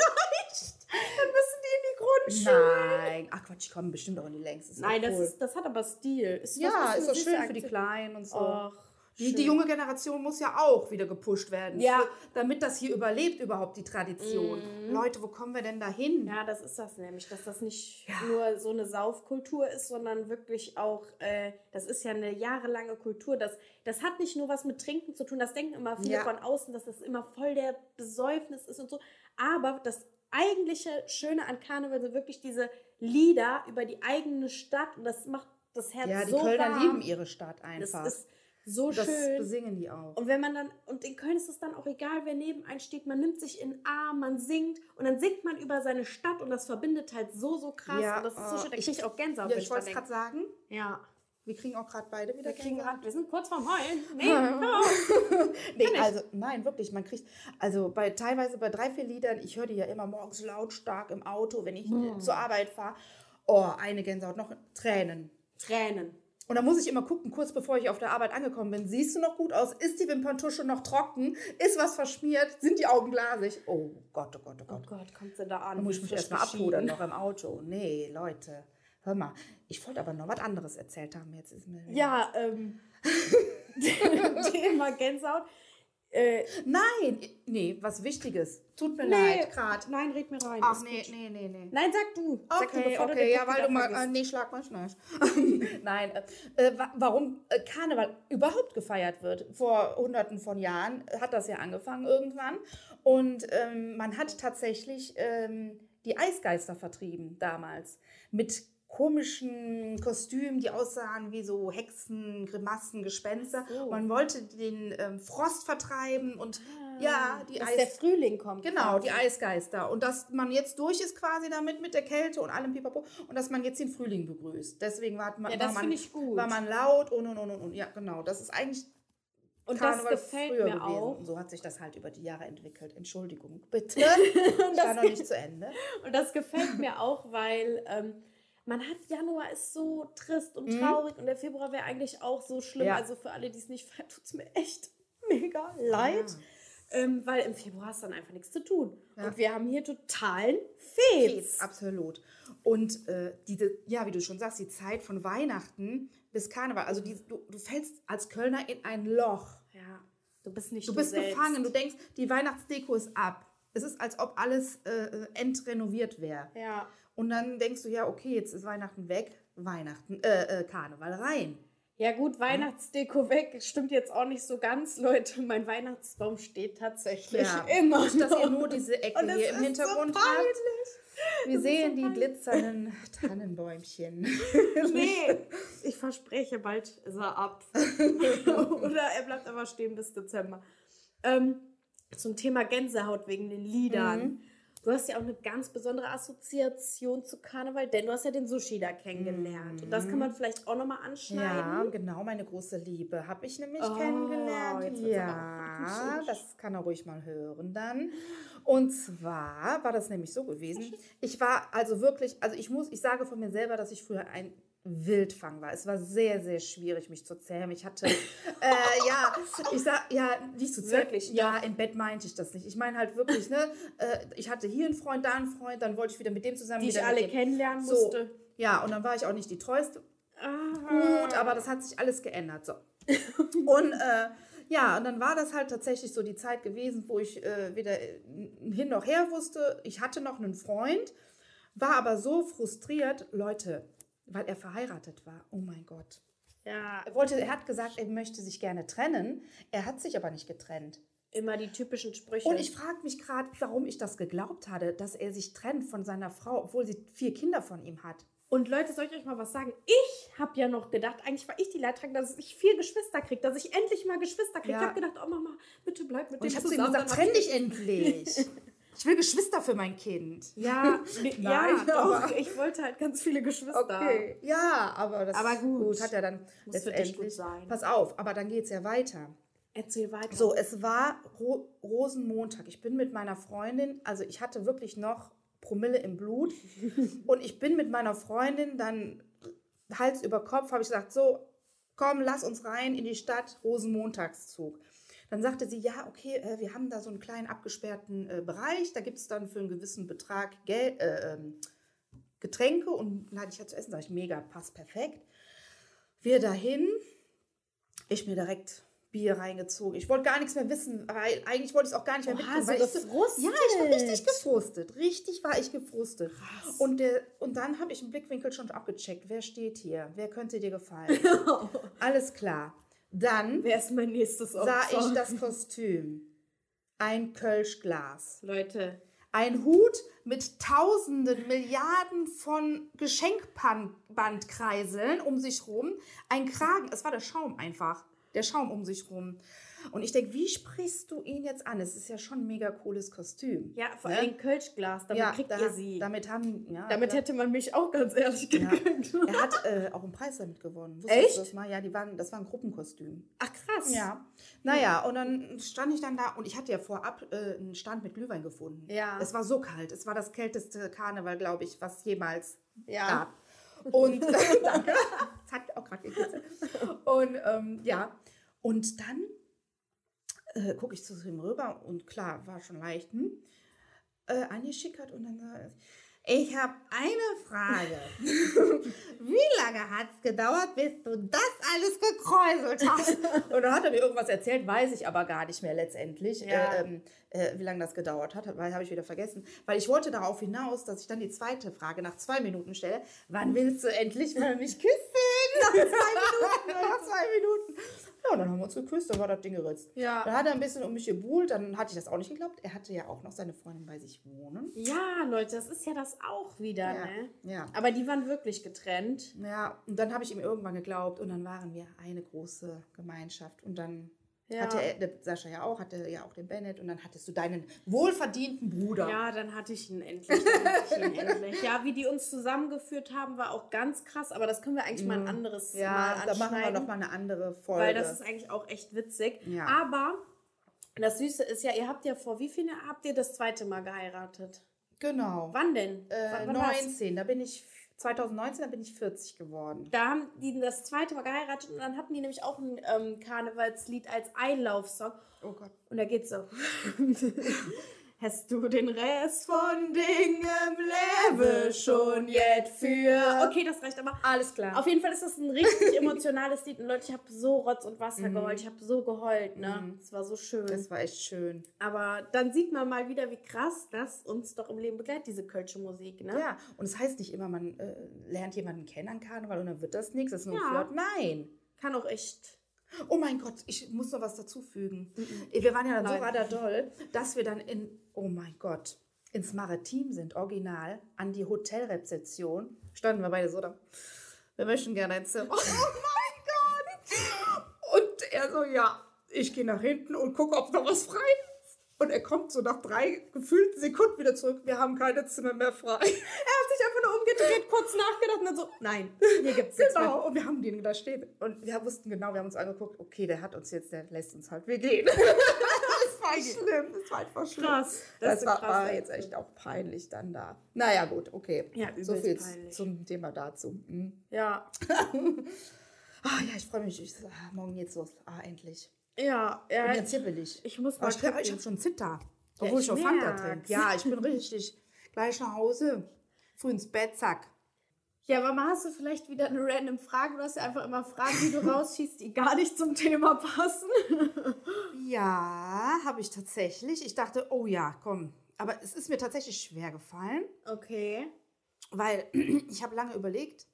Speaker 2: Dann müssen die in die Grundschule.
Speaker 1: Nein. Ach Quatsch, die kommen bestimmt auch in die längste. Ist
Speaker 2: Nein,
Speaker 1: doch
Speaker 2: das,
Speaker 1: cool.
Speaker 2: ist, das hat aber Stil. Ist
Speaker 1: Ja, ist
Speaker 2: was, was
Speaker 1: doch
Speaker 2: eine
Speaker 1: schön
Speaker 2: süße
Speaker 1: für die
Speaker 2: Aktion.
Speaker 1: Kleinen und so.
Speaker 2: Och,
Speaker 1: die, die junge Generation muss ja auch wieder gepusht werden,
Speaker 2: Ja. Mhm.
Speaker 1: für, damit das hier überlebt, überhaupt die Tradition. Leute, wo kommen wir denn da hin?
Speaker 2: Ja, das ist das nämlich, dass das nicht nur so eine Saufkultur ist, sondern wirklich auch, äh, das ist ja eine jahrelange Kultur. Das, das hat nicht nur was mit Trinken zu tun, das denken immer viele
Speaker 1: Ja.
Speaker 2: von außen, dass das immer voll der Besäufnis ist und so. Aber das eigentliche Schöne an Karneval sind wirklich diese Lieder über die eigene Stadt und das macht das Herz
Speaker 1: Ja, die
Speaker 2: so
Speaker 1: Kölner
Speaker 2: warm.
Speaker 1: lieben ihre Stadt
Speaker 2: Das
Speaker 1: einfach.
Speaker 2: ist so
Speaker 1: das
Speaker 2: schön.
Speaker 1: besingen die auch.
Speaker 2: Und wenn man dann, und in Köln ist es dann auch egal, wer neben einem steht, man nimmt sich in den Arm, man singt und dann singt man über seine Stadt und das verbindet halt so, so krass.
Speaker 1: Ja,
Speaker 2: und das ist so
Speaker 1: äh,
Speaker 2: schön, da
Speaker 1: ich-
Speaker 2: kriege ich auch Gänsehaut.
Speaker 1: ja,
Speaker 2: wenn
Speaker 1: ich wollte es
Speaker 2: dran
Speaker 1: gerade sagen,
Speaker 2: denk. Ja,
Speaker 1: wir kriegen auch gerade beide wieder
Speaker 2: wir kriegen
Speaker 1: Gänsehaut.
Speaker 2: gerade, wir sind kurz vorm Heulen. Nee, komm.
Speaker 1: Nee, also nein, wirklich, man kriegt, also bei teilweise bei drei, vier Liedern, ich höre die ja immer morgens lautstark im Auto, wenn ich
Speaker 2: Mhm.
Speaker 1: äh, zur Arbeit fahre. Oh, eine Gänsehaut, noch Tränen.
Speaker 2: Tränen.
Speaker 1: Und da muss ich immer gucken, kurz bevor ich auf der Arbeit angekommen bin, siehst du noch gut aus? Ist die Wimperntusche noch trocken? Ist was verschmiert? Sind die Augen glasig? Oh Gott, oh Gott, oh
Speaker 2: Oh
Speaker 1: Gott.
Speaker 2: Gott, kommt sie da an.
Speaker 1: Da muss ich
Speaker 2: wie
Speaker 1: mich
Speaker 2: frisch
Speaker 1: erstmal abpudern
Speaker 2: geschieden.
Speaker 1: noch im Auto. Nee, Leute, hör mal. Ich wollte aber noch was anderes erzählt haben. Jetzt ist mir
Speaker 2: Ja, ähm, Thema Gänsehaut. Äh,
Speaker 1: Nein, nee, was Wichtiges. Tut mir
Speaker 2: nee,
Speaker 1: leid, gerade.
Speaker 2: nein, red mir rein.
Speaker 1: Ach
Speaker 2: ist
Speaker 1: nee,
Speaker 2: gut.
Speaker 1: nee, nee, nee.
Speaker 2: Nein, sag du. sag du,
Speaker 1: Okay,
Speaker 2: bevor du
Speaker 1: okay,
Speaker 2: den
Speaker 1: ja,
Speaker 2: Punkt
Speaker 1: weil du mal.
Speaker 2: wieder
Speaker 1: Äh,
Speaker 2: vergisst.
Speaker 1: nee, schlag mal schnell. Nein, äh, äh, wa- warum äh, Karneval überhaupt gefeiert wird? Vor hunderten von Jahren äh, hat das ja angefangen irgendwann. Und ähm, man hat tatsächlich ähm, die Eisgeister vertrieben damals. Mit komischen Kostümen, die aussahen wie so Hexen, Grimassen, Gespenster. Man wollte den ähm, Frost vertreiben und ja, die
Speaker 2: Dass der
Speaker 1: Eis
Speaker 2: Frühling kommt.
Speaker 1: Genau, die Eisgeister. Und dass man jetzt durch ist quasi damit mit der Kälte und allem Pipapo und dass man jetzt den Frühling begrüßt. Deswegen war man,
Speaker 2: Ja, das
Speaker 1: war man,
Speaker 2: finde ich gut.
Speaker 1: war man laut und und und und. und. Ja, genau. Das ist eigentlich
Speaker 2: Und
Speaker 1: Karneval
Speaker 2: das gefällt
Speaker 1: früher
Speaker 2: mir
Speaker 1: gewesen.
Speaker 2: auch.
Speaker 1: Und so hat sich das halt über die Jahre entwickelt. Entschuldigung, bitte. Ich war noch nicht zu Ende.
Speaker 2: Und das gefällt mir auch, weil ähm, man hat Januar ist so trist und traurig und der Februar wäre eigentlich auch so schlimm.
Speaker 1: Mhm. Ja.
Speaker 2: Also für alle, die es nicht feiern, tut es mir echt mega leid. Ähm, weil im Februar hast du dann einfach nichts zu tun. Und wir haben hier totalen Fetz.
Speaker 1: Absolut. Und äh, diese, ja, wie du schon sagst, die Zeit von Weihnachten bis Karneval. Also die, du, du fällst als Kölner in ein Loch.
Speaker 2: Ja, du bist nicht
Speaker 1: Du bist
Speaker 2: selbst.
Speaker 1: gefangen, du denkst, die Weihnachtsdeko ist ab. Es ist, als ob alles äh, äh, entrenoviert wäre.
Speaker 2: Ja.
Speaker 1: Und dann denkst du, ja, okay, jetzt ist Weihnachten weg, Weihnachten, äh, äh, Karneval rein.
Speaker 2: Ja gut, Weihnachtsdeko weg stimmt jetzt auch nicht so ganz, Leute. Mein Weihnachtsbaum steht tatsächlich
Speaker 1: Ja.
Speaker 2: immer
Speaker 1: Dass
Speaker 2: noch.
Speaker 1: ihr nur diese Ecke
Speaker 2: Und es
Speaker 1: hier im
Speaker 2: ist
Speaker 1: Hintergrund
Speaker 2: so
Speaker 1: habt.
Speaker 2: peinlich.
Speaker 1: Wir sehen die glitzernden Tannenbäumchen.
Speaker 2: Nee, ich verspreche, bald ist er ab. Oder er bleibt aber stehen bis Dezember. Ähm, zum Thema Gänsehaut wegen den Liedern.
Speaker 1: Mhm.
Speaker 2: Du hast ja auch eine ganz besondere Assoziation zu Karneval, denn du hast ja den Sushi da kennengelernt. Und das kann man vielleicht auch nochmal
Speaker 1: Mhm. Ja,
Speaker 2: anschneiden.
Speaker 1: genau, meine große Liebe habe ich nämlich
Speaker 2: Oh,
Speaker 1: kennengelernt.
Speaker 2: jetzt wird's aber
Speaker 1: Ja,
Speaker 2: auch
Speaker 1: das kann er ruhig mal hören dann. Und zwar war das nämlich so gewesen. Ich war also wirklich, also ich muss, ich sage von mir selber, dass ich früher ein Wildfang war. Es war sehr, sehr schwierig, mich zu zähmen. Ich hatte, äh, ja, ich sag, ja, nicht zu zähmen.
Speaker 2: Wirklich,
Speaker 1: Ja, im Bett meinte ich das nicht. Ich meine halt wirklich, ne, äh, ich hatte hier einen Freund, da einen Freund, dann wollte ich wieder mit dem zusammen.
Speaker 2: Die ich
Speaker 1: wieder mit
Speaker 2: alle
Speaker 1: dem.
Speaker 2: kennenlernen
Speaker 1: So.
Speaker 2: musste.
Speaker 1: Ja, und dann war ich auch nicht die treueste gut, aber das hat sich alles geändert. So. Und äh, ja, und dann war das halt tatsächlich so die Zeit gewesen, wo ich äh, weder äh, hin noch her wusste. Ich hatte noch einen Freund, war aber so frustriert, Leute, weil er verheiratet war. Oh mein Gott.
Speaker 2: Ja,
Speaker 1: Er, wollte, er hat gesagt, er möchte sich gerne trennen. Er hat sich aber nicht getrennt.
Speaker 2: Immer die typischen Sprüche.
Speaker 1: Und ich frage mich gerade, warum ich das geglaubt hatte, dass er sich trennt von seiner Frau, obwohl sie vier Kinder von ihm hat.
Speaker 2: Und Leute, soll ich euch mal was sagen? Ich habe ja noch gedacht, eigentlich war ich die Leidtragende, dass ich vier Geschwister kriege, dass ich endlich mal Geschwister kriege.
Speaker 1: Ja.
Speaker 2: Ich habe gedacht, oh Mama, bitte bleib mit
Speaker 1: Und
Speaker 2: dem
Speaker 1: ich habe zu ihm
Speaker 2: zusammen.
Speaker 1: gesagt,
Speaker 2: dann
Speaker 1: trenn
Speaker 2: hab
Speaker 1: dich endlich. Ich will Geschwister für mein Kind.
Speaker 2: ich- Ja, nee, ja,
Speaker 1: Nein,
Speaker 2: doch.
Speaker 1: aber-
Speaker 2: Ich wollte halt ganz viele Geschwister.
Speaker 1: Ja, aber das
Speaker 2: Aber gut.
Speaker 1: hat ja dann
Speaker 2: Muss für dich
Speaker 1: letztendlich-
Speaker 2: gut sein.
Speaker 1: Pass auf, aber dann geht's ja weiter.
Speaker 2: Erzähl weiter.
Speaker 1: So, es war Ro Rosenmontag. Ich bin mit meiner Freundin, also ich hatte wirklich noch Promille im Blut und ich bin mit meiner Freundin dann Hals über Kopf, habe ich gesagt, so, komm, lass uns rein in die Stadt, Rosenmontagszug. Dann sagte sie, ja, okay, äh, wir haben da so einen kleinen abgesperrten äh, Bereich, da gibt es dann für einen gewissen Betrag Geld, äh, ähm, Getränke und dann hatte ich ja zu essen, sag ich, mega, passt perfekt. Wir dahin, ich mir direkt Bier reingezogen. Ich wollte gar nichts mehr wissen, weil eigentlich wollte ich es auch gar nicht mehr
Speaker 2: Oha,
Speaker 1: mitnehmen.
Speaker 2: so
Speaker 1: weil ich
Speaker 2: gefrustet.
Speaker 1: Ja, ich war richtig gefrustet. Richtig war ich gefrustet. Und, der, und dann habe ich im Blickwinkel schon abgecheckt. Wer steht hier? Wer könnte dir gefallen? Alles klar. Dann
Speaker 2: Wer ist mein nächstes
Speaker 1: sah
Speaker 2: Opfer?
Speaker 1: ich das Kostüm. Ein Kölschglas.
Speaker 2: Leute,
Speaker 1: Ein Hut mit tausenden Milliarden von Geschenkbandkreiseln um sich rum. Ein Kragen, es war der Schaum einfach. Der Schaum um sich rum. Und ich denke, wie sprichst du ihn jetzt an? Es ist ja schon ein mega cooles Kostüm.
Speaker 2: ja, vor
Speaker 1: Ne?
Speaker 2: allem Kölschglas, damit
Speaker 1: Ja,
Speaker 2: kriegt
Speaker 1: da-
Speaker 2: ihr sie.
Speaker 1: Damit haben, ja,
Speaker 2: damit
Speaker 1: ja.
Speaker 2: hätte man mich auch ganz ehrlich gekriegt.
Speaker 1: Er hat äh, auch einen Preis damit gewonnen. Wusstest
Speaker 2: Echt?
Speaker 1: Du das mal? Ja, die waren, das war ein Gruppenkostüm.
Speaker 2: Ach krass.
Speaker 1: Ja. Naja, und dann stand ich dann da und ich hatte ja vorab äh, einen Stand mit Glühwein gefunden.
Speaker 2: Ja.
Speaker 1: Es war so kalt. Es war das kälteste Karneval, glaube ich, was jemals
Speaker 2: Ja.
Speaker 1: gab. Und danke. Es hat auch gerade gekitzelt. Und ähm, ja. Und dann äh, gucke ich zu ihm rüber und klar, war schon leicht. Hm? Äh, angeschickert und dann sagt er, ich habe eine Frage. Wie lange hat es gedauert, bis du das alles gekräuselt hast? Und dann hat er mir irgendwas erzählt, weiß ich aber gar nicht mehr letztendlich,
Speaker 2: Ja.
Speaker 1: äh, ähm, äh, wie lange das gedauert hat, weil habe ich wieder vergessen. Weil ich wollte darauf hinaus, dass ich dann die zweite Frage nach zwei Minuten stelle. Wann willst du endlich mal mich küssen? Nach zwei Minuten, nach zwei Minuten. Ja, und dann haben wir uns geküsst, dann war das Ding geritzt.
Speaker 2: Ja.
Speaker 1: Dann hat er ein bisschen um mich gebuhlt, dann hatte ich das auch nicht geglaubt. Er hatte ja auch noch seine Freundin bei sich wohnen.
Speaker 2: Ja, Leute, das ist ja das auch wieder, ne?
Speaker 1: ja.
Speaker 2: Aber die waren wirklich getrennt.
Speaker 1: Ja, und dann habe ich ihm irgendwann geglaubt und dann waren wir eine große Gemeinschaft. Und dann
Speaker 2: Ja.
Speaker 1: hatte er, der Sascha ja auch, hatte ja auch den Bennett und dann hattest du deinen wohlverdienten Bruder.
Speaker 2: Ja, dann hatte ich ihn endlich. Dann hatte ich ihn endlich. Ja, wie die uns zusammengeführt haben, war auch ganz krass. Aber das können wir eigentlich mal ein anderes
Speaker 1: Mhm. Ja,
Speaker 2: Mal
Speaker 1: da
Speaker 2: anschneiden.
Speaker 1: machen wir nochmal eine andere Folge.
Speaker 2: Weil das ist eigentlich auch echt witzig.
Speaker 1: Ja.
Speaker 2: Aber das Süße ist ja, ihr habt ja vor wie viele habt ihr das zweite Mal geheiratet?
Speaker 1: genau.
Speaker 2: Wann denn?
Speaker 1: Äh,
Speaker 2: wann war's?
Speaker 1: 19, da bin ich, 2019, da bin ich 40 geworden.
Speaker 2: Da haben die das zweite Mal geheiratet und dann hatten die nämlich auch ein ähm, Karnevalslied als Einlaufsong.
Speaker 1: Oh Gott.
Speaker 2: Und da geht's so. Hast du den Rest von Dingen Lebe schon jetzt für. Ah, Okay, das reicht aber.
Speaker 1: Alles klar.
Speaker 2: Auf jeden Fall ist das ein richtig emotionales Lied. Und Leute, ich habe so Rotz und
Speaker 1: Mhm.
Speaker 2: Wasser geheult. Ich habe so geheult, ne? Es war so schön.
Speaker 1: Das war echt schön.
Speaker 2: aber dann sieht man mal wieder, wie krass das uns doch im Leben begleitet, diese kölsche Musik, ne?
Speaker 1: Ja, und es heißt nicht immer, man äh, lernt jemanden kennen an Karneval und dann wird das nichts, das ist nur ein
Speaker 2: Ja.
Speaker 1: Flirt. Nein.
Speaker 2: Kann auch echt.
Speaker 1: Oh mein Gott, ich muss noch was dazufügen. Äh, Wir waren ja dann
Speaker 2: Mhm. Nein.
Speaker 1: so radadoll, dass wir dann in, oh mein Gott, ins Maritim sind, original, an die Hotelrezeption. Standen wir beide so da. Wir möchten gerne ein Zimmer. Oh mein Gott! Und er so, ja, ich gehe nach hinten und gucke, ob noch was frei ist. Und er kommt so nach drei gefühlten Sekunden wieder zurück. Wir haben keine Zimmer mehr frei.
Speaker 2: Er hat sich einfach nur umgedreht, kurz nachgedacht und dann so, nein, hier gibt's nichts mehr.
Speaker 1: Genau, und wir haben den da stehen. Und wir wussten genau, wir haben uns angeguckt, okay, der hat uns jetzt, der lässt uns halt, wir gehen. das war schlimm, das war einfach schlimm.
Speaker 2: Krass, das
Speaker 1: Das,
Speaker 2: ist
Speaker 1: war,
Speaker 2: krass,
Speaker 1: war
Speaker 2: Alter.
Speaker 1: jetzt echt auch peinlich dann da. Naja, gut, okay.
Speaker 2: Ja, übelst
Speaker 1: so viel
Speaker 2: peinlich.
Speaker 1: zum Thema dazu. Mhm.
Speaker 2: Ja,
Speaker 1: Ah ja, ich freue mich. Ich, ah, morgen geht's los. Ah, endlich.
Speaker 2: ja,
Speaker 1: Ich
Speaker 2: ja.
Speaker 1: bin jetzt hippelig.
Speaker 2: ich muss
Speaker 1: Ah,
Speaker 2: mal
Speaker 1: ich glaub, ich
Speaker 2: gucken.
Speaker 1: habe schon Zitter. Obwohl
Speaker 2: ich
Speaker 1: ich schon Fanta
Speaker 2: merk's.
Speaker 1: trinke. Ja, ich bin richtig. Gleich nach Hause. Früh ins Bett, zack.
Speaker 2: Ja, aber mal hast du vielleicht wieder eine random Frage. Du hast ja einfach immer Fragen, die du rausschießt, die gar nicht zum Thema passen.
Speaker 1: Ja, habe ich tatsächlich. Ich dachte, oh ja, komm. Aber es ist mir tatsächlich schwer gefallen,
Speaker 2: Okay.
Speaker 1: weil ich habe lange überlegt,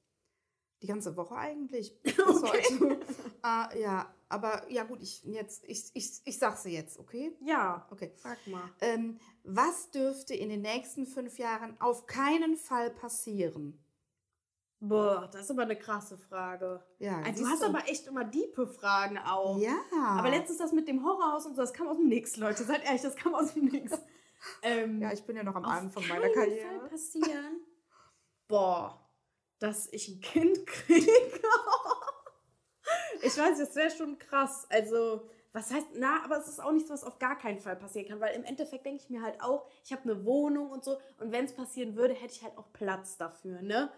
Speaker 1: die ganze Woche eigentlich. bis heute. äh, ja, Aber ja gut, ich, jetzt, ich, ich, ich sage sie jetzt, okay?
Speaker 2: Ja,
Speaker 1: Okay.
Speaker 2: frag mal.
Speaker 1: Ähm, was dürfte in den nächsten fünf Jahren auf keinen Fall passieren?
Speaker 2: Boah, das ist aber eine krasse Frage.
Speaker 1: Ja,
Speaker 2: Also,
Speaker 1: siehst
Speaker 2: du hast
Speaker 1: du.
Speaker 2: aber echt immer diepe Fragen auch.
Speaker 1: Ja.
Speaker 2: Aber letztens das mit dem Horrorhaus und so, das kam aus dem Nix, Leute. Seid ehrlich, das kam aus dem Nix. Ähm,
Speaker 1: Ja, ich bin ja noch am
Speaker 2: auf
Speaker 1: Anfang
Speaker 2: keinen
Speaker 1: meiner
Speaker 2: Fall
Speaker 1: Karriere.
Speaker 2: passieren. Boah, dass ich ein Kind kriege. ich weiß, das wäre schon krass. Also, was heißt, na, aber es ist auch nichts, was auf gar keinen Fall passieren kann, weil im Endeffekt denke ich mir halt auch, ich habe eine Wohnung und so und wenn es passieren würde, hätte ich halt auch Platz dafür, ne?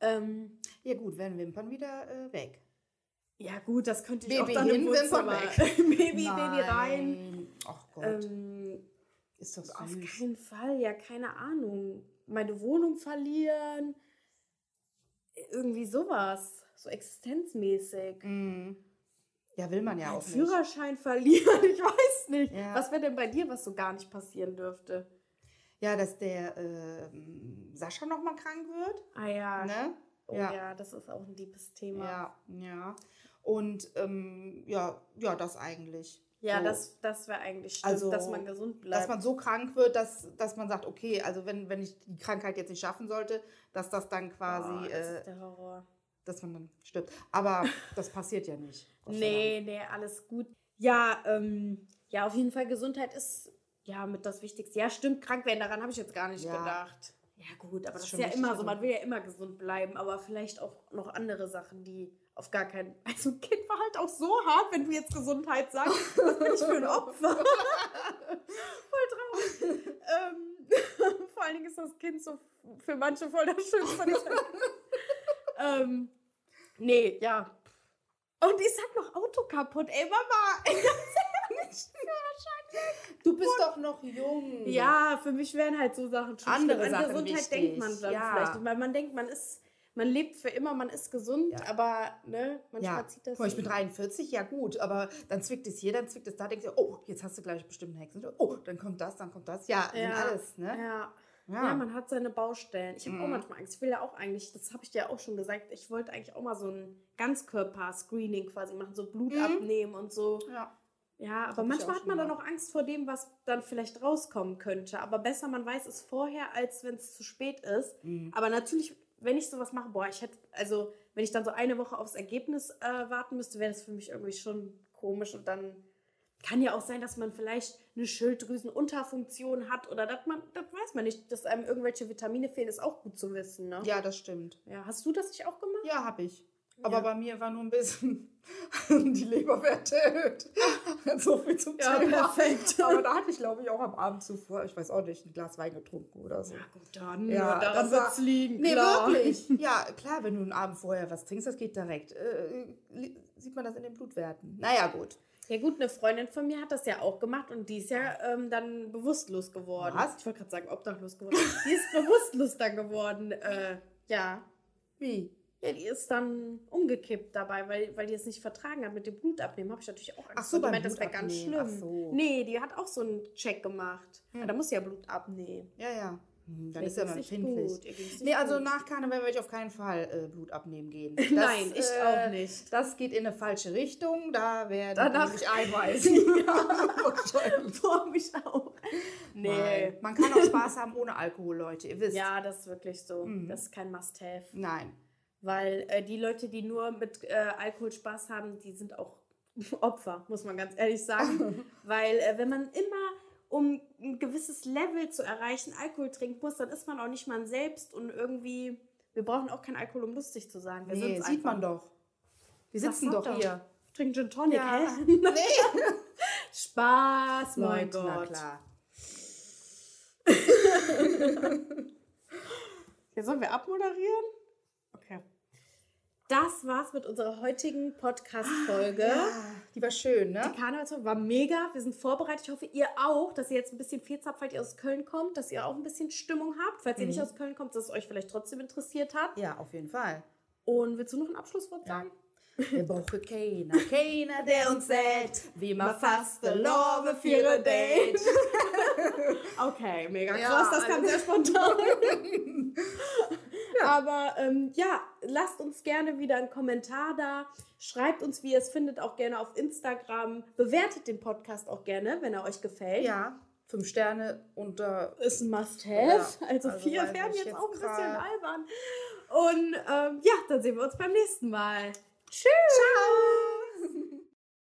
Speaker 2: Ähm,
Speaker 1: Ja gut, werden Wimpern wieder äh, weg.
Speaker 2: ja gut, das könnte ich
Speaker 1: Baby
Speaker 2: auch dann
Speaker 1: hin,
Speaker 2: im
Speaker 1: Wimpern
Speaker 2: Wohnzimmer.
Speaker 1: weg.
Speaker 2: Baby, Baby rein.
Speaker 1: Ach Gott,
Speaker 2: Ähm,
Speaker 1: ist doch
Speaker 2: Auf
Speaker 1: süß.
Speaker 2: keinen Fall, ja, keine Ahnung. Meine Wohnung verlieren. Irgendwie sowas. So existenzmäßig.
Speaker 1: Mhm. Ja, will man ja
Speaker 2: Ein
Speaker 1: auch nicht.
Speaker 2: Führerschein verlieren, ich weiß nicht.
Speaker 1: Ja.
Speaker 2: Was wäre denn bei dir, was so gar nicht passieren dürfte?
Speaker 1: Ja, dass der ähm, Sascha nochmal krank wird.
Speaker 2: Ah ja.
Speaker 1: Ne?
Speaker 2: Oh ja.
Speaker 1: Ja.
Speaker 2: das ist auch ein liebes Thema. Ja,
Speaker 1: Ja, ja. Und ähm, ja, ja, das eigentlich. So.
Speaker 2: das, das wäre eigentlich stimmt,
Speaker 1: Also,
Speaker 2: dass man gesund bleibt.
Speaker 1: Dass man so krank wird, dass, dass man sagt, okay, also wenn, wenn ich die Krankheit jetzt nicht schaffen sollte, dass das dann quasi,
Speaker 2: Boah, das ist
Speaker 1: äh,
Speaker 2: der Horror.
Speaker 1: dass man dann stirbt. Aber das passiert ja nicht. Gott sei
Speaker 2: Nee, nee, alles gut. Ja, ähm, ja, auf jeden Fall Gesundheit ist ja mit das Wichtigste. Ja, stimmt, krank werden, daran habe ich jetzt gar nicht
Speaker 1: Ja.
Speaker 2: gedacht. Ja, gut,
Speaker 1: Das
Speaker 2: aber das
Speaker 1: ist
Speaker 2: ist,
Speaker 1: schon
Speaker 2: ja
Speaker 1: wichtig,
Speaker 2: immer so.
Speaker 1: also.
Speaker 2: Man will ja immer gesund bleiben, aber vielleicht auch noch andere Sachen, die auf gar keinen. Also, ein Kind war halt auch so hart, wenn du jetzt Gesundheit sagst. Was bin ich für ein Opfer? Voll traurig. ähm, vor allen Dingen ist das Kind so für manche voll das Schönste. ähm, nee, ja, und ich sag noch Auto kaputt. Ey, Mama, ey, ganz ehrlich.
Speaker 1: Dank. Du bist doch noch jung.
Speaker 2: Ja, für mich wären halt so Sachen schon
Speaker 1: Andere
Speaker 2: schlimm. An
Speaker 1: Sachen
Speaker 2: Gesundheit
Speaker 1: wichtig.
Speaker 2: denkt man dann
Speaker 1: Ja.
Speaker 2: vielleicht. Weil man denkt, man ist, man lebt für immer, man ist gesund, aber ne, manchmal
Speaker 1: Ja,
Speaker 2: zieht das.
Speaker 1: Guck mal, ich bin
Speaker 2: so-
Speaker 1: 43, ja gut, aber dann zwickt es hier, dann zwickt es da, denkst du, oh, jetzt hast du gleich bestimmt einen Hexen. Oh, dann kommt das, dann kommt das. Ja, sind
Speaker 2: Ja.
Speaker 1: alles, ne?
Speaker 2: Ja.
Speaker 1: Ja. Mhm.
Speaker 2: Ja. man hat seine Baustellen. Ich habe auch manchmal Angst. Ich will ja auch eigentlich, das habe ich dir auch schon gesagt, ich wollte eigentlich auch mal so ein Ganzkörper-Screening quasi machen, so Blut
Speaker 1: Mhm.
Speaker 2: abnehmen und so.
Speaker 1: Ja.
Speaker 2: Ja, aber
Speaker 1: ich
Speaker 2: manchmal
Speaker 1: auch
Speaker 2: hat man
Speaker 1: schon
Speaker 2: dann auch Angst vor dem, was dann vielleicht rauskommen könnte. Aber besser, man weiß es vorher, als wenn es zu spät ist.
Speaker 1: Mhm.
Speaker 2: Aber natürlich, wenn ich sowas mache, boah, ich hätte, also wenn ich dann so eine Woche aufs Ergebnis äh, warten müsste, wäre das für mich irgendwie schon komisch. Und dann kann ja auch sein, dass man vielleicht eine Schilddrüsenunterfunktion hat oder dass man, das weiß man nicht, dass einem irgendwelche Vitamine fehlen, ist auch gut zu wissen. Ne?
Speaker 1: ja, das stimmt.
Speaker 2: Ja, Hast du das nicht auch gemacht?
Speaker 1: Ja, hab ich. Aber bei mir war nur ein bisschen die Leberwerte erhöht. so viel zum
Speaker 2: Ja,
Speaker 1: Thema.
Speaker 2: perfekt.
Speaker 1: Aber da hatte ich, glaube ich, auch am Abend zuvor, ich weiß auch nicht, ein Glas Wein getrunken oder so.
Speaker 2: gut, dann,
Speaker 1: Ja, das
Speaker 2: daran
Speaker 1: war-
Speaker 2: wird's liegen.
Speaker 1: Nee,
Speaker 2: klar.
Speaker 1: wirklich. Ja, klar, wenn du einen Abend vorher was trinkst, das geht direkt. Äh, li- sieht man das in den Blutwerten. Naja, gut.
Speaker 2: Ja gut, eine Freundin von mir hat das ja auch gemacht und die ist ja ähm, dann bewusstlos geworden.
Speaker 1: Was?
Speaker 2: Ich wollte gerade sagen, obdachlos geworden. die ist bewusstlos dann geworden. Äh, ja.
Speaker 1: Wie?
Speaker 2: Ja, die ist dann umgekippt dabei, weil, weil die es nicht vertragen hat mit dem Blutabnehmen. Habe ich natürlich auch Angst.
Speaker 1: Ach so,
Speaker 2: vor. Die
Speaker 1: beim
Speaker 2: meint, das wäre ganz schlimm.
Speaker 1: Blutabnehmen, ach so.
Speaker 2: Nee, die hat auch so einen Check gemacht. Ja, da muss sie ja Blut abnehmen.
Speaker 1: Ja, ja. Hm, Dann
Speaker 2: Mir
Speaker 1: ist ja
Speaker 2: ging's
Speaker 1: mal
Speaker 2: nicht
Speaker 1: empfindlich.
Speaker 2: gut, ihr ging's nicht
Speaker 1: Nee, also
Speaker 2: gut.
Speaker 1: nach Karneval werde ich auf keinen Fall äh, Blut abnehmen gehen. Das, äh,
Speaker 2: Nein, ich auch nicht.
Speaker 1: Das geht in eine falsche Richtung. Da werden
Speaker 2: Danach-
Speaker 1: die mich einweisen. Wahrscheinlich.
Speaker 2: Vor mich auch. Nee.
Speaker 1: Nein. Man kann auch Spaß haben ohne Alkohol, Leute. Ihr wisst.
Speaker 2: Ja, das ist wirklich so.
Speaker 1: Mhm.
Speaker 2: Das ist kein Must-Have.
Speaker 1: Nein.
Speaker 2: Weil äh, die Leute, die nur mit äh, Alkohol Spaß haben, die sind auch Opfer, muss man ganz ehrlich sagen. Weil äh, wenn man immer, um ein gewisses Level zu erreichen, Alkohol trinken muss, dann ist man auch nicht man selbst und irgendwie, wir brauchen auch keinen Alkohol, um lustig zu sein. Wir
Speaker 1: Nee,
Speaker 2: sind's
Speaker 1: sieht man
Speaker 2: einfach.
Speaker 1: doch. Wir sitzen
Speaker 2: sagt
Speaker 1: doch
Speaker 2: er?
Speaker 1: hier.
Speaker 2: Trink Gin Tonic,
Speaker 1: Ja.
Speaker 2: hä? Spaß, Oh mein
Speaker 1: Leute, Na
Speaker 2: Gott.
Speaker 1: klar.
Speaker 2: Ja, sollen wir abmoderieren? Okay. Das war's mit unserer heutigen Podcast-Folge.
Speaker 1: Ah, Die war schön,
Speaker 2: Die
Speaker 1: ne?
Speaker 2: Karnevalswoche war mega. Wir sind vorbereitet. Ich hoffe, ihr auch, dass ihr jetzt ein bisschen viel habt, falls ihr aus Köln kommt, dass ihr auch ein bisschen Stimmung habt. Falls ihr
Speaker 1: Mhm.
Speaker 2: nicht aus Köln kommt, dass es euch vielleicht trotzdem interessiert hat.
Speaker 1: Ja, auf jeden Fall.
Speaker 2: Und willst du noch ein Abschlusswort sagen?
Speaker 1: Wir brauchen keiner, keiner, der uns sät, wie man fast der Love für ein Date.
Speaker 2: Okay, mega
Speaker 1: Ja,
Speaker 2: krass. Das kam
Speaker 1: alles-
Speaker 2: sehr spontan. Aber ähm, ja, lasst uns gerne wieder einen Kommentar da. Schreibt uns, wie ihr es findet, auch gerne auf Instagram. Bewertet den Podcast auch gerne, wenn er euch gefällt.
Speaker 1: Ja, fünf Sterne unter.
Speaker 2: Ist ein Must-Have.
Speaker 1: Ja,
Speaker 2: also,
Speaker 1: also
Speaker 2: vier
Speaker 1: weiß
Speaker 2: werden
Speaker 1: ich
Speaker 2: jetzt,
Speaker 1: jetzt
Speaker 2: auch ein bisschen
Speaker 1: grad.
Speaker 2: albern. Und ähm, ja, dann sehen wir uns beim nächsten Mal. Tschüss.
Speaker 1: Ciao!